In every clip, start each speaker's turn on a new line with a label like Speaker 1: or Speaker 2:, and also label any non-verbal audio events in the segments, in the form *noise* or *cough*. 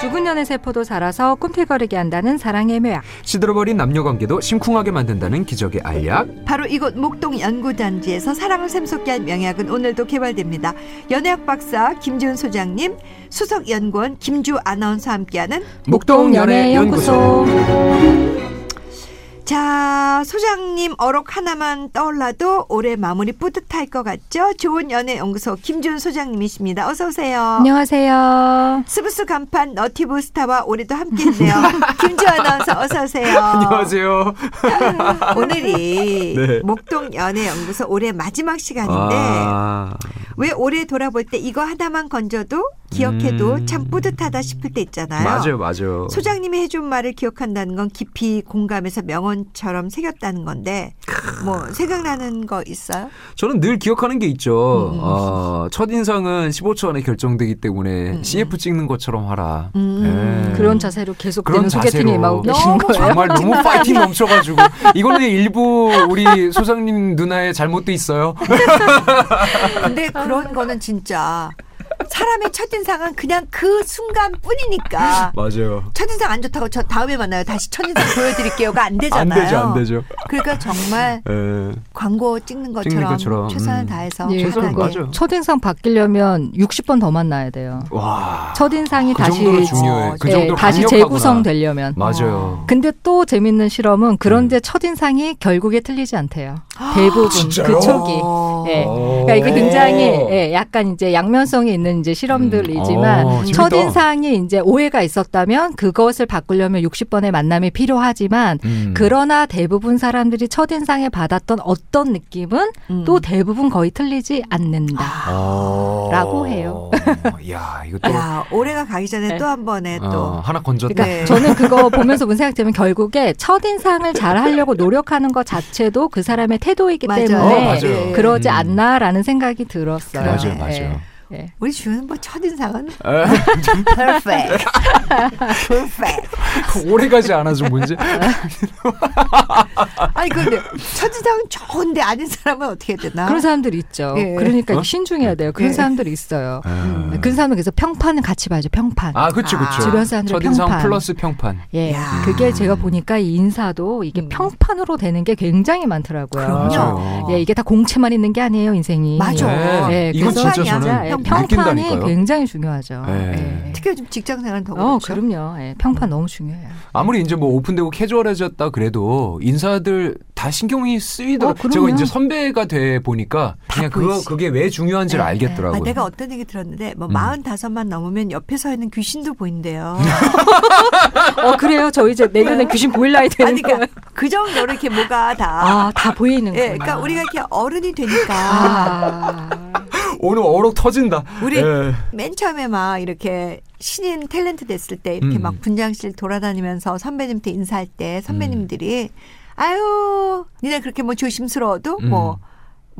Speaker 1: 순간의 세포도 자라서 꿈틀거리게 한다는 사랑의 묘약.
Speaker 2: 시들어버린 남녀 관계도 심쿵하게 만든다는 기적의 알약.
Speaker 3: 바로 이곳 목동 연구단지에서 사랑을 샘솟게 할 명약은 오늘도 개발됩니다. 연예학 박사 김지훈 소장님, 수석 연구원 김주 아나운서와 함께하는
Speaker 2: 목동 연애 연구소.
Speaker 3: 자 소장님 어록 하나만 떠올라도 올해 마무리 뿌듯할 것 같죠? 좋은 연애 연구소 김지훈 소장님이십니다. 어서 오세요.
Speaker 1: 안녕하세요.
Speaker 3: 스브스 간판 너티브 스타와 올해도 함께했네요. 김지훈 아나운서 어서 오세요.
Speaker 2: 안녕하세요.
Speaker 3: 오늘이
Speaker 2: 네.
Speaker 3: 목동 연애 연구소 올해 마지막 시간인데
Speaker 2: 아,
Speaker 3: 왜 올해 돌아볼 때 이거 하나만 건져도 기억해도
Speaker 2: 음.
Speaker 3: 참 뿌듯하다 싶을 때 있잖아요.
Speaker 2: 맞아요, 맞아요.
Speaker 3: 소장님이 해준 말을 기억한다는 건 깊이 공감해서 명언처럼 새겼다는 건데 뭐 생각나는 거 있어요?
Speaker 2: 저는 늘 기억하는 게 있죠.
Speaker 3: 음.
Speaker 2: 어, 첫 인상은 15초 안에 결정되기 때문에 CF 찍는 것처럼 하라.
Speaker 3: 음.
Speaker 2: 예.
Speaker 1: 그런 자세로 계속
Speaker 2: 그런
Speaker 1: 되는 소개팅에
Speaker 2: 자세로
Speaker 1: 임하고 계신 거예요.
Speaker 2: 정말 너무 파이팅 넘쳐가지고 이거는 일부 우리 소장님 누나의 잘못도 있어요.
Speaker 3: 근데 그런 거는 진짜 사람의 첫인상은 그냥 그 순간뿐이니까
Speaker 2: 맞아요.
Speaker 3: 첫인상 안 좋다고 저 다음에 만나요. 다시 첫인상 보여드릴게요가 안
Speaker 2: 안
Speaker 3: 되잖아요.
Speaker 2: 되죠, 안 되죠.
Speaker 3: 그러니까 정말
Speaker 2: 예.
Speaker 3: 광고 찍는 것처럼,
Speaker 2: 것처럼.
Speaker 3: 최선을
Speaker 2: 음.
Speaker 3: 다해서
Speaker 1: 예,
Speaker 2: 최선을
Speaker 3: 편하게.
Speaker 2: 맞아.
Speaker 1: 첫인상 바뀌려면 60번 더 만나야 돼요.
Speaker 2: 와.
Speaker 1: 첫인상이
Speaker 2: 그
Speaker 1: 다시
Speaker 2: 정도로 중요해. 그
Speaker 1: 예,
Speaker 2: 정도로
Speaker 1: 다시
Speaker 2: 강력하구나. 음.
Speaker 1: 재구성되려면.
Speaker 2: 맞아요.
Speaker 1: 근데 또 재밌는 실험은
Speaker 2: 음.
Speaker 1: 그런데 첫인상이 결국에 틀리지 않대요.
Speaker 3: 아,
Speaker 1: 대부분 그 초기.
Speaker 3: 어.
Speaker 1: 예.
Speaker 2: 아, 오.
Speaker 1: 그러니까 이게 굉장히 예, 약간 이제 양면성이 있는 이제 실험들이지만
Speaker 2: 음. 어, 재밌다.
Speaker 1: 첫인상이 이제 오해가 있었다면 그것을 바꾸려면 60번의 만남이 필요하지만
Speaker 2: 음.
Speaker 1: 그러나 대부분 사람들이 첫인상에 받았던 어떤 느낌은
Speaker 3: 음.
Speaker 1: 또 대부분 거의 틀리지 않는다.
Speaker 2: 아.
Speaker 1: 라고 해요.
Speaker 2: 야, 이거 또
Speaker 3: *laughs* 야, 아, 올해가 가기 전에
Speaker 1: 네.
Speaker 3: 또 한 번에
Speaker 2: 어,
Speaker 3: 또
Speaker 2: 하나 건졌다.
Speaker 1: 그러니까
Speaker 3: 네.
Speaker 1: 저는 그거 보면서 무슨 생각되면 결국에 첫인상을 잘 하려고 노력하는 것 자체도 그 사람의 태도이기
Speaker 3: 맞아요. 네.
Speaker 1: 때문에
Speaker 2: 어, 맞아요.
Speaker 1: 그러지
Speaker 2: 음.
Speaker 1: 않나라는 생각이 들었어요.
Speaker 2: 네, 맞아요, 아,
Speaker 1: 예.
Speaker 2: 맞아요.
Speaker 1: 예.
Speaker 3: 우리 주는 뭐 첫인상은
Speaker 1: *laughs*
Speaker 3: perfect, perfect.
Speaker 2: *laughs* 오래가지 않아
Speaker 1: *laughs*
Speaker 2: 좀 뭔지.
Speaker 3: 아니 근데 첫인상은 좋은데 아닌 사람은 어떻게 되나?
Speaker 1: 그런 사람들 이 있죠.
Speaker 3: 예.
Speaker 1: 그러니까
Speaker 2: 어?
Speaker 1: 신중해야 돼요. 그런
Speaker 3: 예.
Speaker 1: 사람들이 있어요.
Speaker 2: 아.
Speaker 1: 그런 사람은 그래서 평판은 같이 봐야죠. 평판.
Speaker 2: 아, 그쵸,
Speaker 3: 아,
Speaker 2: 그쵸.
Speaker 1: 주변 사람들의
Speaker 2: 첫인상
Speaker 1: 평판.
Speaker 2: 플러스 평판.
Speaker 1: 예,
Speaker 3: 야.
Speaker 1: 그게 제가 보니까 이 인사도 이게
Speaker 3: 음.
Speaker 1: 평판으로 되는 게 굉장히 많더라고요.
Speaker 3: 그럼요.
Speaker 1: 예, 이게 다 공채만 있는 게 아니에요, 인생이.
Speaker 3: 맞아. 네.
Speaker 2: 예,
Speaker 1: 예,
Speaker 2: 이건
Speaker 1: 그래서
Speaker 2: 진짜
Speaker 3: 평판이야.
Speaker 2: 저는
Speaker 1: 예, 평판이
Speaker 2: 느낀다니까요.
Speaker 1: 굉장히 중요하죠.
Speaker 2: 예.
Speaker 1: 예.
Speaker 3: 특히 요즘 직장 생활은 더
Speaker 1: 어,
Speaker 3: 네. 그렇죠.
Speaker 1: 그럼요. 예, 평판 너무 중요해요.
Speaker 2: 아무리 이제 뭐 오픈되고 캐주얼해졌다 그래도 인사들 다 신경이 쓰이더라.
Speaker 1: 어,
Speaker 2: 고
Speaker 1: 그럼요.
Speaker 2: 제가 이제 선배가 돼 보니까 그냥 그거
Speaker 3: 보이지.
Speaker 2: 그게 왜 중요한지를
Speaker 1: 네,
Speaker 3: 아,
Speaker 2: 알겠더라고요.
Speaker 3: 내가 어떤 얘기 들었는데 뭐
Speaker 2: 음.
Speaker 3: 45만 넘으면 옆에 서 있는 귀신도 보인대요.
Speaker 1: 어, 그래요. 저 이제 내년에 귀신 보일 나이 되는
Speaker 3: 아니
Speaker 1: 거예요.
Speaker 3: 그러니까 그 정도로 이렇게 뭐가 다
Speaker 1: 아, 다 보이는 아, 거예요.
Speaker 3: 예, 그러니까 우리가 이렇게 어른이 되니까
Speaker 1: 아.
Speaker 2: 오늘 어록 터진다.
Speaker 3: 우리
Speaker 2: 예.
Speaker 3: 맨 처음에 막 이렇게 신인 탤런트 됐을 때 이렇게
Speaker 2: 음.
Speaker 3: 막 분장실 돌아다니면서 선배님한테 인사할 때 선배님들이 아유 니네 그렇게 뭐 조심스러워도
Speaker 2: 음.
Speaker 3: 뭐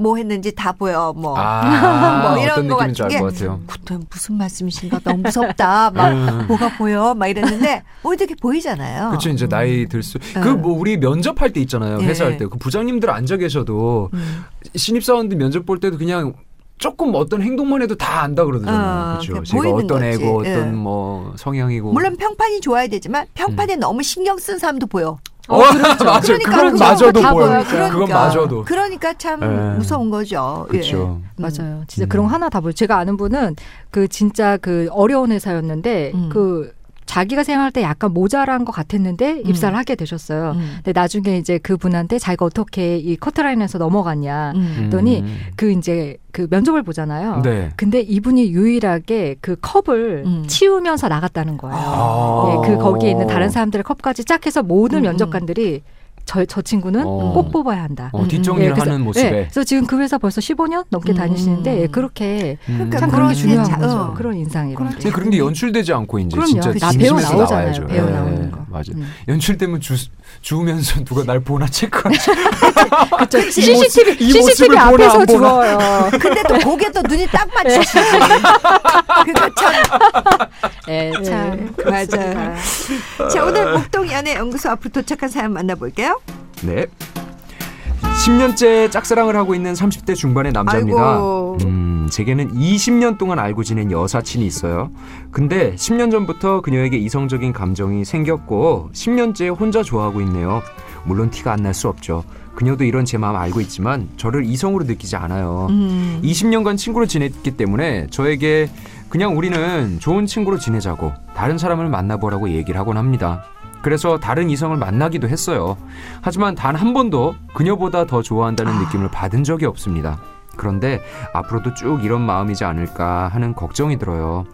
Speaker 3: 뭐 했는지 다 보여 뭐
Speaker 2: 아,
Speaker 3: *laughs* 뭐 이런
Speaker 2: 어떤
Speaker 3: 거
Speaker 2: 느낌인지
Speaker 3: 같은
Speaker 2: 알 것
Speaker 3: 게-
Speaker 2: 같아요.
Speaker 3: 그때 무슨 말씀이신가 너무 무섭다 막
Speaker 2: 음.
Speaker 3: 뭐가 보여 막 이랬는데 오늘 되게 보이잖아요.
Speaker 2: 그쵸 이제 나이 들수
Speaker 3: 예.
Speaker 2: 그 뭐 우리 면접할 때 있잖아요
Speaker 3: 어. 예.
Speaker 2: 회사 할 때 그 부장님들 앉아 계셔도
Speaker 3: 음.
Speaker 2: 신입사원들 면접 볼 때도 그냥 조금 어떤 행동만 해도 다 안다 그러더라고요
Speaker 3: 어,
Speaker 2: 그렇죠
Speaker 3: 그냥
Speaker 2: 제가
Speaker 3: 보이는
Speaker 2: 어떤
Speaker 3: 거지.
Speaker 2: 애고
Speaker 3: 예.
Speaker 2: 어떤 뭐 성향이고
Speaker 3: 물론 평판이 좋아야 되지만 평판에 너무 신경 쓴 사람도 보여.
Speaker 2: 어, 음. *laughs* 맞아요
Speaker 3: 그러니까
Speaker 2: 그건
Speaker 3: 그거
Speaker 2: 마저도
Speaker 1: 다
Speaker 2: 보여
Speaker 1: 보여요.
Speaker 2: 그건
Speaker 3: 그러니까.
Speaker 2: 마저도
Speaker 3: 그러니까 참
Speaker 2: 예.
Speaker 3: 무서운 거죠. 예.
Speaker 2: 그렇죠
Speaker 3: 음.
Speaker 1: *laughs* 맞아요. 진짜
Speaker 2: 음.
Speaker 1: 그런 거 하나 다 보여요. 제가 아는 분은 그 진짜 그 어려운 회사였는데
Speaker 3: 음.
Speaker 1: 그 자기가 생활할 때 약간 모자란 것 같았는데 입사를 하게 되셨어요.
Speaker 3: 음.
Speaker 1: 근데 나중에 이제 그분한테 자기가 어떻게 이 커트라인에서 넘어갔냐
Speaker 3: 음.
Speaker 1: 했더니 그 이제 그 면접을 보잖아요.
Speaker 3: 예,
Speaker 2: 네.
Speaker 1: 근데 이분이 유일하게 그 컵을
Speaker 3: 음.
Speaker 1: 치우면서 나갔다는 거예요.
Speaker 2: 아.
Speaker 1: 예, 그 거기에 있는 다른 사람들의 컵까지 짝 해서 모든
Speaker 3: 음,
Speaker 1: 면접관들이 저, 저 친구는
Speaker 2: 어.
Speaker 1: 꼭 뽑아야 한다.
Speaker 2: 어,
Speaker 3: 음,
Speaker 2: 뒷정리를
Speaker 1: 예, 그래서-
Speaker 2: 하는
Speaker 1: 예,
Speaker 2: 모습에
Speaker 1: 그래서 지금 그 회사 벌써 15년 넘게
Speaker 3: 음.
Speaker 1: 다니시는데 예, 그렇게
Speaker 2: 음.
Speaker 3: 그러니까
Speaker 1: 참
Speaker 3: 그런
Speaker 1: 그런 게 중요한
Speaker 3: 자-
Speaker 1: 거죠.
Speaker 3: 어.
Speaker 1: 그런 인상 이런
Speaker 3: 그런
Speaker 1: 게.
Speaker 2: 근데 네, 그런 게 연출되지 않고 이제
Speaker 1: 그럼요.
Speaker 2: 진짜
Speaker 1: 그 배우
Speaker 2: 진심에서
Speaker 1: 나오잖아요.
Speaker 2: 나와야죠
Speaker 1: 배우
Speaker 2: 예,
Speaker 1: 나오는 거.
Speaker 2: 맞아
Speaker 1: 음.
Speaker 2: 연출되면 주, 주우면서 누가 날 보나 *laughs* 체크하지
Speaker 1: 그쵸.
Speaker 3: 그렇죠.
Speaker 2: 이 모습-
Speaker 1: CCTV
Speaker 2: 이 모습을
Speaker 1: CCTV
Speaker 2: 보나
Speaker 1: 앞에서
Speaker 2: 안 보나.
Speaker 1: 죽어요.
Speaker 3: 근데 또 거기에 또 눈이 딱 맞추시지.
Speaker 1: *laughs*
Speaker 3: 그러니까 참.
Speaker 1: 예, 참 맞아요.
Speaker 3: 자, 오늘 목동 연애 연구소 앞으로 도착한 사연 만나볼게요.
Speaker 2: 네. 10년째 짝사랑을 하고 있는 30대 중반의 남자입니다.
Speaker 3: 아이고.
Speaker 2: 음, 제게는 20년 동안 알고 지낸 여사친이 있어요. 근데 10년 전부터 그녀에게 이성적인 감정이 생겼고 10년째 혼자 좋아하고 있네요. 물론 티가 안 날 수 없죠. 그녀도 이런 제 마음 알고 있지만 저를 이성으로 느끼지 않아요.
Speaker 3: 음.
Speaker 2: 20년간 친구로 지냈기 때문에 저에게 그냥 우리는 좋은 친구로 지내자고 다른 사람을 만나보라고 얘기를 하곤 합니다. 그래서 다른 이성을 만나기도 했어요. 하지만 단 한 번도 그녀보다 더 좋아한다는
Speaker 3: 아.
Speaker 2: 느낌을 받은 적이 없습니다. 그런데 앞으로도 쭉 이런 마음이지 않을까 하는 걱정이 들어요.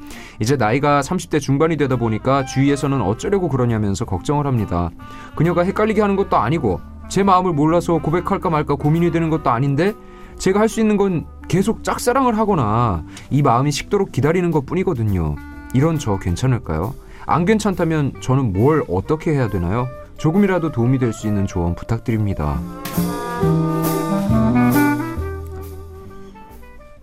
Speaker 2: 이제 나이가 30대 중반이 되다 보니까 주위에서는 어쩌려고 그러냐면서 걱정을 합니다. 그녀가 헷갈리게 하는 것도 아니고 제 마음을 몰라서 고백할까 말까 고민이 되는 것도 아닌데 제가 할 수 있는 건 계속 짝사랑을 하거나 이 마음이 식도록 기다리는 것 뿐이거든요. 이런 저 괜찮을까요? 안 괜찮다면 저는 뭘 어떻게 해야 되나요? 조금이라도 도움이 될 수 있는 조언 부탁드립니다.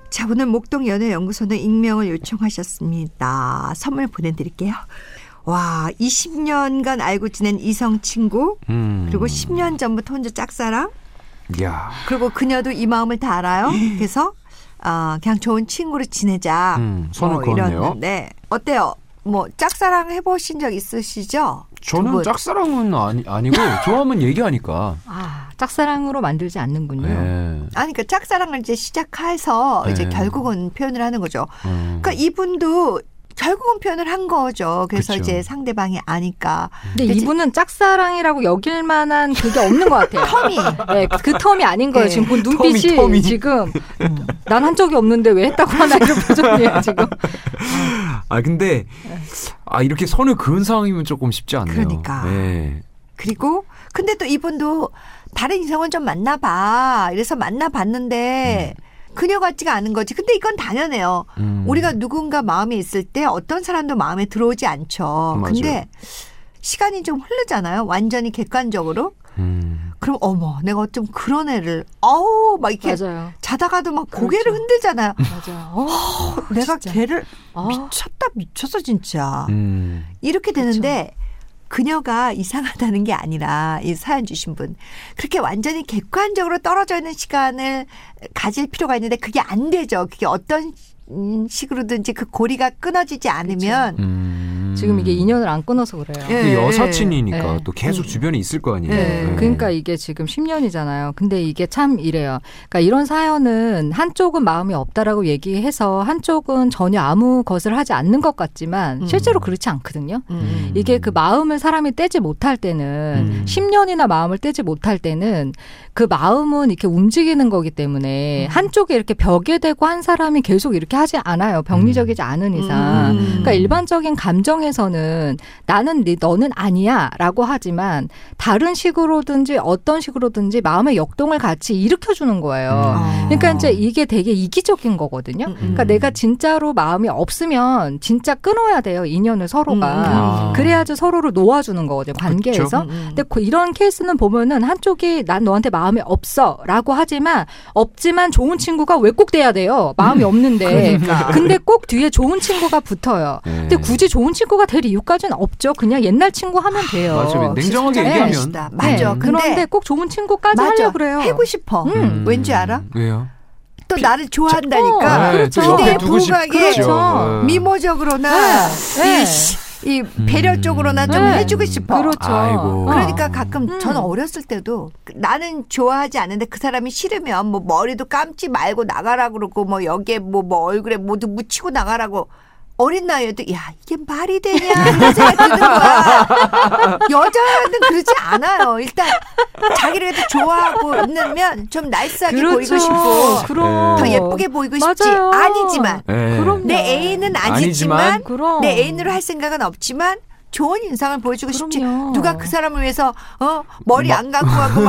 Speaker 3: 자, 오늘 목동 연애연구소는 익명을 요청하셨습니다. 선물 보내드릴게요. 와, 20년간 알고 지낸 이성 친구,
Speaker 2: 음.
Speaker 3: 그리고 10년 전부터 혼자 짝사랑,
Speaker 2: 야.
Speaker 3: 그리고 그녀도 이 마음을 다 알아요. 그래서 어, 그냥 좋은 친구로 지내자.
Speaker 2: 음, 선을
Speaker 3: 뭐
Speaker 2: 그었네요.
Speaker 3: 이랬는데 어때요? 뭐 짝사랑 해보신 적 있으시죠? 두
Speaker 2: 저는
Speaker 3: 분.
Speaker 2: 짝사랑은 아니,
Speaker 3: *laughs*
Speaker 2: 아니고 좋아하면 얘기하니까.
Speaker 1: 아, 짝사랑으로 만들지
Speaker 3: 음.
Speaker 1: 않는군요.
Speaker 2: 예.
Speaker 3: 아니 그 짝사랑을 이제 시작해서 이제
Speaker 2: 네.
Speaker 3: 결국은 표현을 하는 거죠.
Speaker 2: 음.
Speaker 3: 그러니까 이분도 결국은 표현을 한 거죠. 그래서
Speaker 2: 그쵸.
Speaker 3: 이제 상대방이 아니까
Speaker 1: 근데
Speaker 3: 그치?
Speaker 1: 이분은 짝사랑이라고 여길 만한 그게 없는 것 같아요.
Speaker 3: 텀이
Speaker 1: 네, 그 텀이 아닌 거예요.
Speaker 3: 네.
Speaker 1: 지금 본 눈빛이
Speaker 2: 텀이, 텀이.
Speaker 1: 지금 난 한 적이 없는데 왜 했다고 하나 이런 표정이에요 지금.
Speaker 2: 아 근데 아 이렇게 선을 그은 상황이면 조금 쉽지 않네요.
Speaker 3: 그러니까.
Speaker 2: 예.
Speaker 3: 그리고 근데 또 이분도 다른 이성을 좀 만나봐. 이래서 만나봤는데 그녀 같지가 않은 거지. 근데 이건 당연해요.
Speaker 2: 음.
Speaker 3: 우리가 누군가 마음에 있을 때 어떤 사람도 마음에 들어오지 않죠.
Speaker 2: 맞아요.
Speaker 3: 근데 시간이 좀 흐르잖아요. 완전히 객관적으로.
Speaker 2: 음.
Speaker 3: 그럼 어머, 내가 좀 그런 애를 어우 막 이렇게
Speaker 1: 맞아요.
Speaker 3: 자다가도 막 고개를
Speaker 1: 그렇죠.
Speaker 3: 흔들잖아요.
Speaker 1: 맞아요. 어,
Speaker 3: 어, 내가
Speaker 1: 진짜.
Speaker 3: 걔를
Speaker 1: 어.
Speaker 3: 미쳤다 미쳤어 진짜.
Speaker 2: 음.
Speaker 3: 이렇게
Speaker 1: 그렇죠.
Speaker 3: 되는데 그녀가 이상하다는 게 아니라 이 사연 주신 분 그렇게 완전히 객관적으로 떨어져 있는 시간을 가질 필요가 있는데 그게 안 되죠. 그게 어떤 음, 식으로든지 그 고리가 끊어지지
Speaker 1: 그렇죠.
Speaker 3: 않으면
Speaker 2: 음.
Speaker 1: 지금 이게 인연을 안 끊어서 그래요.
Speaker 3: 예. 음.
Speaker 2: 근데 여사친이니까
Speaker 1: 예.
Speaker 2: 또 계속 주변에 있을 거 아니에요.
Speaker 3: 예.
Speaker 2: 예.
Speaker 1: 그러니까 이게 지금 10년이잖아요. 근데 이게 참 이래요. 그러니까 이런 사연은 한쪽은 마음이 없다라고 얘기해서 한쪽은 전혀 아무 것을 하지 않는 것 같지만
Speaker 3: 음.
Speaker 1: 실제로 그렇지 않거든요.
Speaker 3: 음.
Speaker 1: 이게 그 마음을 사람이 떼지 못할 때는
Speaker 2: 음.
Speaker 1: 10년이나 마음을 떼지 못할 때는 그 마음은 이렇게 움직이는 거기
Speaker 3: 음.
Speaker 1: 때문에 한쪽에 이렇게 벽에 대고 한 사람이 계속 이렇게 하지 않아요. 병리적이지 않은 이상.
Speaker 3: 음.
Speaker 1: 그러니까 일반적인 감정에서는 나는 네, 너는 아니야라고 하지만 다른 식으로든지 어떤 식으로든지 마음의 역동을 같이 일으켜 주는 거예요.
Speaker 3: 음.
Speaker 1: 그러니까 이제 이게 되게 이기적인 거거든요.
Speaker 3: 음, 음.
Speaker 1: 그러니까 내가 진짜로 마음이 없으면 진짜 끊어야 돼요 인연을 서로가
Speaker 2: 음.
Speaker 1: 그래야지 서로를 놓아주는 거거든요 관계에서.
Speaker 3: 음, 음.
Speaker 1: 근데 그 이런 케이스는 보면은 한쪽이 난 너한테 마음이 없어라고 하지만 없지만 좋은 친구가 왜 꼭 돼야 돼요 마음이 없는데
Speaker 3: 그러니까.
Speaker 1: 근데 꼭 뒤에 좋은 친구가 붙어요.
Speaker 2: 예.
Speaker 1: 근데 굳이 좋은 친구가 될 이유까지는 없죠. 그냥 옛날 친구 하면 돼요.
Speaker 2: 맞아요. 냉정하게
Speaker 3: 진짜
Speaker 2: 얘기하면
Speaker 3: 잘하시다. 어, 맞아.
Speaker 1: 네.
Speaker 3: 근데
Speaker 1: 그런데 꼭 좋은 친구까지
Speaker 3: 맞아.
Speaker 1: 하려 고 그래요.
Speaker 3: 하고 싶어.
Speaker 1: 음.
Speaker 3: 왠지 알아?
Speaker 2: 예. 왜요?
Speaker 3: 또 나를 좋아한다니까.
Speaker 1: 어, 그렇죠.
Speaker 2: 또 옆에
Speaker 3: 기대에
Speaker 2: 두고
Speaker 3: 부응하게
Speaker 2: 싶죠.
Speaker 1: 그렇죠.
Speaker 2: 예.
Speaker 3: 미모적으로나
Speaker 1: 네.
Speaker 3: 이, 이 배려
Speaker 2: 음.
Speaker 3: 쪽으로나 좀
Speaker 1: 네.
Speaker 3: 해주고 싶어.
Speaker 1: 그렇죠.
Speaker 2: 아이고.
Speaker 3: 그러니까 가끔
Speaker 1: 음.
Speaker 3: 저는 어렸을 때도 그- 나는 좋아하지 않는데 그 사람이 싫으면 뭐 머리도 감지 말고 나가라 그러고 뭐 여기에 뭐, 뭐 얼굴에 모두 묻히고 나가라고 어린 나이에도 야 이게 말이 되냐 이런 생각이
Speaker 1: *laughs*
Speaker 3: 드는 거야 여자는 그러지 않아요 일단 자기를 그래도 좋아하고 있으면 좀 날쌔하게 보이고 싶고
Speaker 1: 그렇죠. 그럼.
Speaker 3: 더 예쁘게 보이고 싶지
Speaker 1: 그렇죠. 맞아요. 네.
Speaker 3: 아니지만
Speaker 2: 예.
Speaker 1: 그럼.
Speaker 3: 내 애인은 아니지만,
Speaker 1: 그럼.
Speaker 3: 내 애인으로 할 생각은 없지만 좋은 인상을 보여주고 싶지.
Speaker 1: 그럼요.
Speaker 3: 누가 그 사람을 위해서 어 머리 안 감고 하고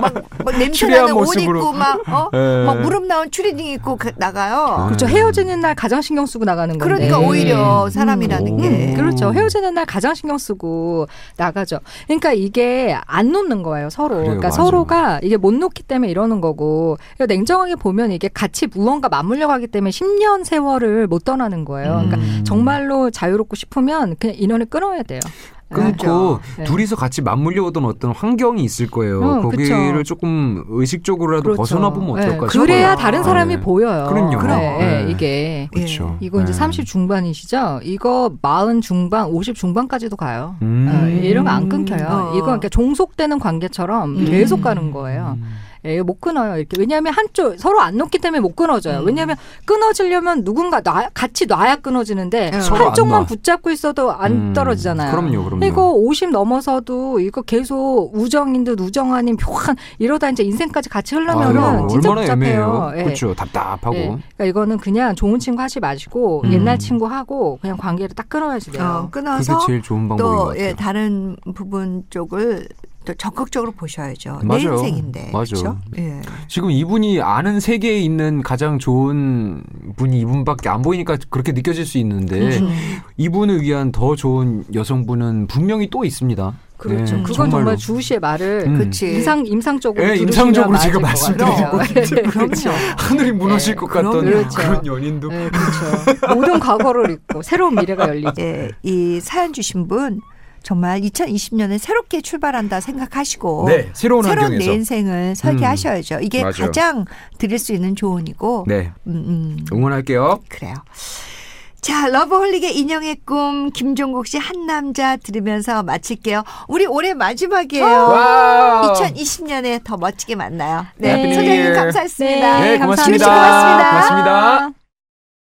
Speaker 3: 막막
Speaker 2: *laughs* 추리한
Speaker 3: 냄새나는 옷
Speaker 2: 모습으로.
Speaker 3: 입고 막어막
Speaker 2: 예. 아,
Speaker 3: 무릎 나온 추리닝 입고 가- 나가요.
Speaker 2: 음.
Speaker 1: 그렇죠. 헤어지는 날 가장 신경 쓰고 나가는 건데.
Speaker 3: 그러니까 오히려 사람이라는
Speaker 2: 음.
Speaker 3: 게
Speaker 2: 음.
Speaker 1: 그렇죠. 헤어지는 날 가장 신경 쓰고 나가죠. 그러니까 이게 안 놓는 거예요, 서로.
Speaker 2: 그래요,
Speaker 1: 그러니까
Speaker 2: 맞아.
Speaker 1: 서로가 이게 못 놓기 때문에 이러는 거고. 그러니까 냉정하게 보면 이게 같이 무언가 맞물려 가기 때문에 10년 세월을 못 떠나는 거예요. 그러니까
Speaker 2: 음.
Speaker 1: 정말로 자유롭고 싶으면 그냥 인연을 끊어야 돼요.
Speaker 2: 끊고
Speaker 1: 네.
Speaker 2: 둘이서 같이 맞물려 오던 어떤 환경이 있을 거예요.
Speaker 1: 어,
Speaker 2: 거기를
Speaker 1: 그쵸.
Speaker 2: 조금 의식적으로라도
Speaker 1: 그렇죠.
Speaker 2: 벗어나 보면 어떨까
Speaker 1: 네.
Speaker 2: 싶어요.
Speaker 1: 그래야 다른 사람이
Speaker 2: 네.
Speaker 1: 보여요.
Speaker 2: 그럼요.
Speaker 1: 네, 네,
Speaker 2: 네.
Speaker 1: 이게
Speaker 3: 예.
Speaker 2: 그렇죠.
Speaker 1: 이거 이제
Speaker 2: 네.
Speaker 1: 30 중반이시죠? 이거 40 중반, 50 중반까지도 가요.
Speaker 2: 음.
Speaker 1: 어, 이런 거 안 끊겨요.
Speaker 3: 어.
Speaker 1: 이거 그러니까 종속되는 관계처럼
Speaker 3: 음.
Speaker 1: 계속 가는 거예요.
Speaker 2: 음.
Speaker 1: 예, 못 끊어요. 이렇게 왜냐하면 한쪽 서로 안 놓기 때문에 못 끊어져요.
Speaker 3: 음.
Speaker 1: 왜냐하면 끊어지려면 누군가 놔, 같이 놔야 끊어지는데
Speaker 3: 응.
Speaker 2: 서로 안 놔.
Speaker 1: 한쪽만 붙잡고 있어도 안
Speaker 2: 음.
Speaker 1: 떨어지잖아요.
Speaker 2: 그럼요, 그럼요.
Speaker 1: 이거 50 넘어서도 이거 계속 우정인 듯 우정 아닌 묘한 이러다 이제 인생까지 같이 흘러면은
Speaker 2: 그럼
Speaker 1: 진짜
Speaker 2: 아, 얼마나 애매해요.
Speaker 1: 복잡해요. 예.
Speaker 2: 그렇죠. 답답하고.
Speaker 1: 예. 그러니까 이거는 그냥 좋은 친구 하지 마시고
Speaker 2: 음.
Speaker 1: 옛날 친구 하고 그냥 관계를 딱 끊어야지
Speaker 3: 어,
Speaker 1: 돼요.
Speaker 2: 그게
Speaker 3: 끊어서
Speaker 2: 제일 좋은 방법인 것
Speaker 3: 또
Speaker 2: 같아요.
Speaker 3: 예, 다른 부분 쪽을 또 적극적으로 보셔야죠. 내
Speaker 2: 맞아요.
Speaker 3: 인생인데.
Speaker 2: 맞아요.
Speaker 3: 그렇죠? 예.
Speaker 2: 지금 이분이 아는 세계에 있는 가장 좋은 분이 이분밖에 안 보이니까 그렇게 느껴질 수 있는데
Speaker 1: 그렇죠.
Speaker 3: 음.
Speaker 2: 이분을 위한 더 좋은 여성분은 분명히 또 있니다
Speaker 1: 그렇죠. 그건 정말 주우 씨의 말을
Speaker 2: 네, 음.
Speaker 3: 그렇지.
Speaker 1: 임상 임상적으로
Speaker 2: 예,
Speaker 1: 들으시면
Speaker 2: 임상적으로
Speaker 1: 맞을
Speaker 2: 제가
Speaker 1: 것
Speaker 2: 말씀드린
Speaker 1: 같아요.
Speaker 2: 것
Speaker 1: 예, *laughs*
Speaker 3: 그럼요.
Speaker 2: 하늘이 무너질 것
Speaker 3: 네, 그럼요. 네.
Speaker 2: 같던
Speaker 1: 그렇죠.
Speaker 2: 그런 연인도
Speaker 1: 예, 그렇죠. 모든 과거를 잊고 새로운 미래가 열리죠.
Speaker 3: 예, 이 사연 주신 분 정말 2020년에 새롭게 출발한다 생각하시고
Speaker 2: 네, 새로운
Speaker 3: 어, 새로운 내
Speaker 2: 환경에서 음,
Speaker 3: 인생을 설계하셔야죠. 이게
Speaker 2: 맞아요.
Speaker 3: 가장 드릴 수 있는 조언이고.
Speaker 2: 네
Speaker 3: 음, 음.
Speaker 2: 응원할게요.
Speaker 3: 그래요. 자, 러브홀릭의 인형의 꿈 김종국 씨 한 남자 들으면서 마칠게요. 우리 올해 어, 마지막이에요.
Speaker 2: 아, 와
Speaker 3: 2020년에 더 멋지게 만나요.
Speaker 1: 네.
Speaker 3: 네, 소장님 감사했습니다.
Speaker 2: 네, 고맙습니다.
Speaker 3: 고맙습니다.
Speaker 2: 고맙습니다.